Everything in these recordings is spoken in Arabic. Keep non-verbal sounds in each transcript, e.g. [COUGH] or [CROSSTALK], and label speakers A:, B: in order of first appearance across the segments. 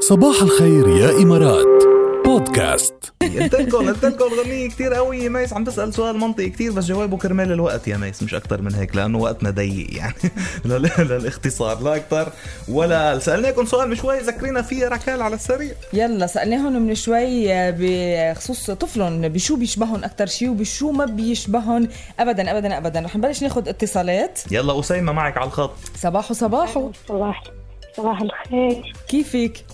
A: صباح الخير يا إمارات بودكاست
B: قلت لكم قلت لكم الغنية كثير قوية ميس عم تسأل سؤال منطقي كثير بس جوابه كرمال الوقت يا ميس مش أكثر من هيك لأنه وقتنا ضيق يعني [LAUGHS] لل- للاختصار لا أكثر ولا سألناكم سؤال مش شوي ذكرينا فيه ركال على السريع
C: يلا سألناهم من شوي آه، بخصوص طفلهم بشو بيشبههم أكتر شيء وبشو ما بيشبههم أبدا أبدا أبدا رح نبلش ناخد اتصالات
B: يلا أسيمة معك على الخط
C: صباحو صباحو
D: صباح صباح الخير
C: كيفك؟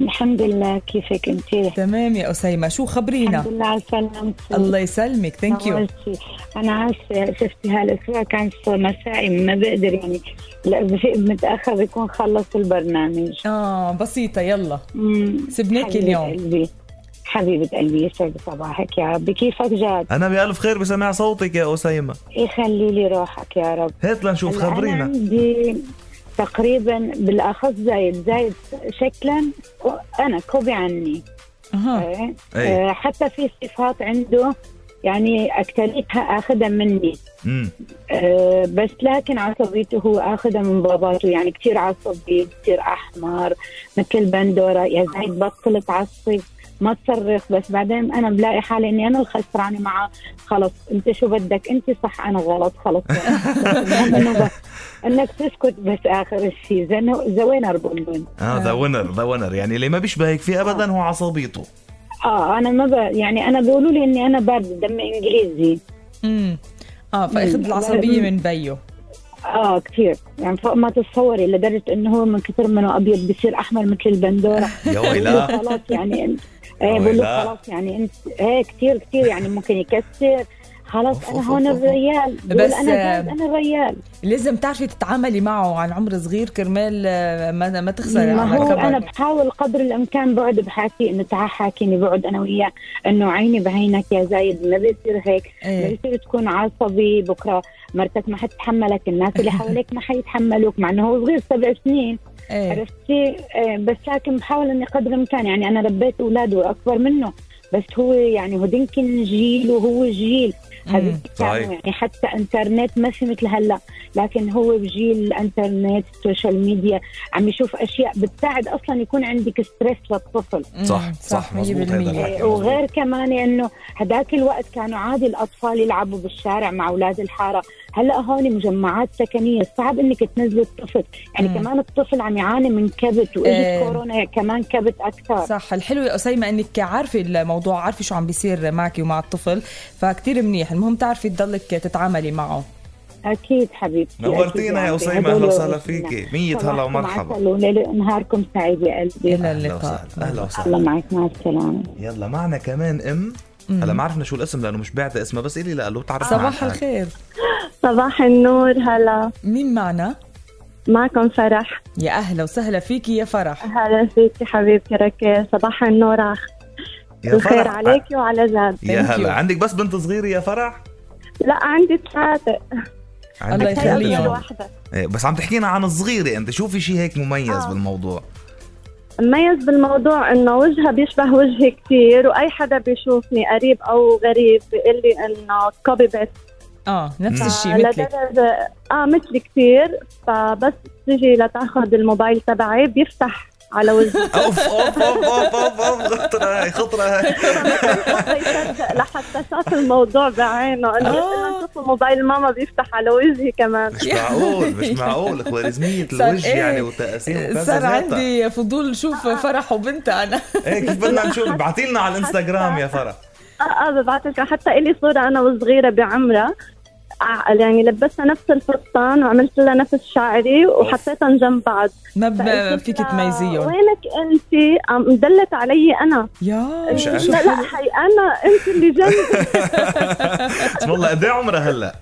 D: الحمد لله كيفك انت
C: تمام يا أسيمة شو
D: الحمد
C: خبرينا؟
D: لله على سلامتك
C: نعم. الله يسلمك ثانك يو
D: نورتي. انا عارفه شفتي هالاسبوع كان مسائي ما بقدر يعني [LAUGHS] اذا في متاخر بيكون خلص البرنامج
C: آه بسيطة يلا
D: مم.
C: سبناكي
D: حبيبة
C: اليوم.
D: قلبي حبيبة قلبي يسعد صباحك يا رب كيفك جاد
B: أنا بألف خير بسمع صوتك يا أسيمة
D: يخلي لي روحك يا رب
B: هات لنشوف
D: هلا أنا
B: خبرينا
D: عندي تقريبا بالاخص زايد زايد شكلا انا كوبي عني
C: أها
D: إيه.
B: إيه.
D: آه، حتى في صفات عنده يعني اكتريتها اخذها مني
B: مم.
D: آه، بس لكن عصبيته هو اخذها من باباته يعني كثير عصبي كثير احمر مثل بندوره يا زايد بطل تعصب ما تصرخ بس بعدين انا بلاقي حالي اني انا الخسرانه معه خلص انت شو بدك انت صح انا غلط خلص [LAUGHS] إنه بس- انك تسكت بس اخر شيء زوينر بقول
B: آه ذا وينر ذا وينر يعني اللي ما بيشبهك فيه أبدا هو عصبيته
D: اه انا ما ب... يعني انا بيقولوا لي اني انا بارده دمي انجليزي
C: أمم آه فأخذ
D: مم. [LAUGHS]
C: العصبية من بيو
D: اه كثير يعني فوق ما تتصوري لدرجه انه هو من كثر منه ابيض بصير احمر مثل البندوره
B: [LAUGHS] يا
D: بقول
B: ويلا
D: له خلاص يعني انت ايه بقول له
B: ويلا.
D: خلاص يعني انت ايه كثير كثير يعني ممكن يكسر خلاص
B: أوف،
D: انا
B: أوف،
D: هون
B: أوف، أوف.
D: الريال
C: بس،
D: بس انا جاهز،
C: آه،
D: انا الريال
C: لازم تعرفي تتعاملي معه عن عمر صغير كرمال آه، ما, ما تخسري
D: ما
C: على
D: هو انا
C: كبر
D: بحاول قدر الامكان بعد بحاكي انه تعال حاكيني بعد انا وياه انه عيني بعينك يا زايد ما بيصير هيك
C: إيه.
D: بصير تكون عصبي بكره مرتك ما حتتحملك الناس
C: [LAUGHS]
D: اللي حواليك ما حيتحملوك مع انه هو صغير سبع سنين
C: إيه.
D: عرفتي آه، بس لكن بحاول اني قدر الامكان يعني انا ربيت اولاد واكبر منه بس هو يعني هو يمكن جيل وهو جيل
C: أمم.
D: هذيك كانوا
B: صحيح.
D: يعني حتى انترنت ما في مثل هلا لكن هو بجيل الانترنت السوشيال ميديا عم يشوف اشياء بتساعد اصلا يكون عندك ستريس للطفل
C: أمم.
B: صح، صح، مزبوط هيدا
C: 100%.
B: الحكي.
D: آه، وغير كمان انه هداك الوقت كانوا عادي الاطفال يلعبوا بالشارع مع اولاد الحاره هلا هون مجمعات سكنيه صعب انك تنزلي الطفل يعني
C: مم.
D: مم. كمان الطفل عم يعاني من كبت واجت
C: آه.
D: آه. كورونا كمان كبت اكثر
C: صح الحلو يا أسيمة أنك عارفة الموضوع عارفة شو عم بيصير معك ومع الطفل فكتير منيح المهم تعرفي تضلك تتعاملي معه
D: اكيد حبيبتي
B: نورتينا يا
D: أكيد
B: أسيمة
D: هدول
B: أهلا وسهلا
D: يورثينا.
B: فيكي مية هلا
D: صباحكم
B: ومرحبا إيه.
D: عسل وليل نهاركم سعيد يا قلبي
C: إلى
B: أهلا
C: اللقاء
B: وسهلا، أهلا وسهلا
D: الله معك مع السلامه
B: يلا معنا كمان ام هلا ما عرفنا شو الاسم لانه مش بعت اسمها بس قولي لها لو بتعرف
C: صباح الخير
E: صباح النور هلا
C: مين معنا؟
E: معكم فرح
C: يا أهلا وسهلا فيكي يا فرح
E: هلا فيكي حبيبتي ركي صباح النور على
B: يا
E: الخير
B: فرح
E: عليك وعلى زاد
B: يا
C: Thank you.
B: هلا عندك بس بنت صغيره يا فرح
E: لا عندي ثلاثة
C: الله
B: عندك
C: يخليهم.
B: ثلاثة
E: أصغر
B: بنات.
E: واحدة
B: إيه، بس عم تحكينا عن الصغيره انت شوفي شيء هيك مميز
E: آه.
B: بالموضوع
E: مميز بالموضوع انه وجهها بيشبه وجهي كثير واي حدا بيشوفني قريب او غريب بيقول لي انه كوبي بيت
C: آه نفس
B: مم.
C: الشيء مثلك
E: لدرجة اه مثلي كثير فبس تيجي لتاخذ الموبايل تبعي بيفتح
B: [LAUGHS]
E: على وجهي
B: اوف اوف اوف اوف اوف, أوف. خطره هاي خطره هاي
E: ما يصدق لحتى شاف الموضوع بعينه انه لما
B: آه.
E: شوف موبايل ماما بيفتح على وجهي كمان
B: مش معقول مش معقول خوارزميه الوجه
C: إيه.
B: يعني وتقاسيم وكذا
C: صار
B: زيادة.
C: عندي فضول أشوف فرح وبنتها أنا [LAUGHS]
B: ايه كيف بدنا نشوف ابعتي لنا على الانستغرام يا فرح
E: اه اه ببعث لك حتى إلي صورة أنا وصغيرة بعمرة ع- يعني لبستها نفس الفستان وعملت لها نفس شعري وحطيتهم جنب بعض
C: ما ب- ما
E: فقلت
C: فيك
E: لها،
C: تميزيهم
E: وينك انت عم دلت علي انا
C: يا
B: مش
E: لا
B: عارفة.
E: لا حي انا انت اللي جنبي
B: بسم الله قد ايه عمرها هلا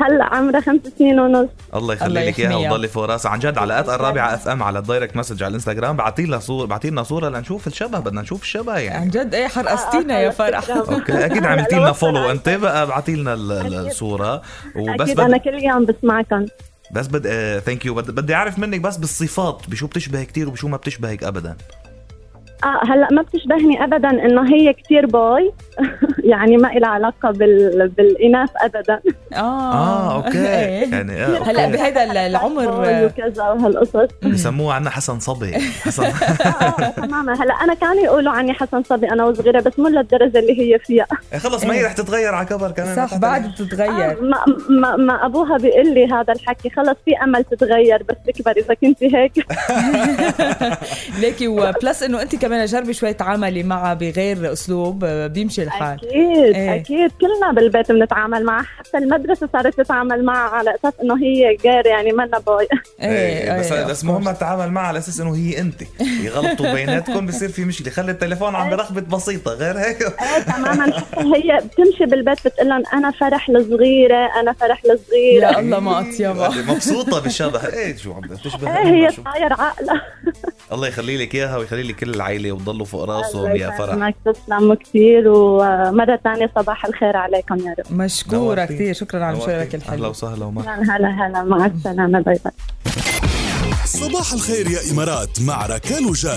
E: هلا عمرها خمس سنين ونص
B: الله
C: الله
B: يخلي لك اياها
C: يحميها.
B: وتضلي فوق راسها عن جد على اتقى الرابعه اف ام على الدايركت مسج على الانستغرام بعتي لنا صور بعتي لنا صوره لنشوف الشبه بدنا نشوف الشبه
C: عن
B: يعني
C: جد إيه حرقستينا يا فرح
B: اوكي اكيد عملتي
C: [LAUGHS]
B: لنا فولو انت بقى ابعتي لنا ال- ال- الصوره وبس
E: اكيد انا
B: بد...
E: كل يوم بسمعكم
B: بس آه، بد ثانك يو بدي اعرف منك بس بالصفات بشو بتشبهك كثير وبشو ما بتشبهك ابدا
E: اه هلا ما بتشبهني ابدا انه هي كثير بوي [LAUGHS] يعني ما لها علاقه بال... بالاناث ابدا
C: [LAUGHS] اه
B: اه اوكي
C: [LAUGHS] إيه.
B: يعني آه، أوكي.
C: هلا بهيدا
E: [LAUGHS]
C: ال-
E: بوي
C: العمر
E: وكذا وهالقصص
B: بسموه عنا حسن صبي حسن [LAUGHS]
E: آه، تماما هلا انا كانوا يقولوا عني حسن صبي انا وصغيره بس مو للدرجه اللي هي فيها
B: خلص ما هي
C: إيه.
B: رح تتغير على كبر كمان
C: صح
B: ما
C: بعد
E: آه،
C: بتتغير
E: ما, ما, ما ابوها بيقول لي هذا الحكي خلص في امل تتغير بس تكبر اذا
C: [LAUGHS]
E: كنتي هيك
C: ليكي وبلس انه انت كمان جربي شوي تعاملي معها بغير اسلوب آه، بيمشي الحال
E: اكيد
C: إيه.
E: اكيد كلنا بالبيت بنتعامل معها حتى المدرسه صارت تتعامل معها على اساس انه هي جير يعني منا
C: [LAUGHS]
E: بوي
B: إيه،
C: إيه،
B: بس
C: إيه،
B: بس
C: of
B: مهم
C: course.
B: اتعامل معها على اساس انه هي انت يغلطوا بيناتكم بصير في مشكله خلي التليفون عم برخبه بسيطه غير هيك
E: ايه تماما حتى هي بتمشي بالبيت بتقول لهم انا فرح لصغيره انا فرح لصغيره
C: يا الله ما اطيبها
B: وهذه مبسوطه بالشبح ايه شو عم تشبه
E: ايه هي
B: أمها شو.
E: صاير عقلها
B: الله يخلي لك اياها ويخلي لك كل العيله وتضلوا فوق راسهم يا فرح
E: يسلمك تسلم كثير ومره ثانيه صباح الخير عليكم يا رب
C: مشكوره
B: نورتي.
C: كثير شكرا على
B: نورتي.
C: مشاركه
B: اهلا
C: الحلوه
B: وسهلا ومرحبا
E: هلا هلا مع السلامه باي باي
A: صباح الخير يا إمارات مع ركال وجاد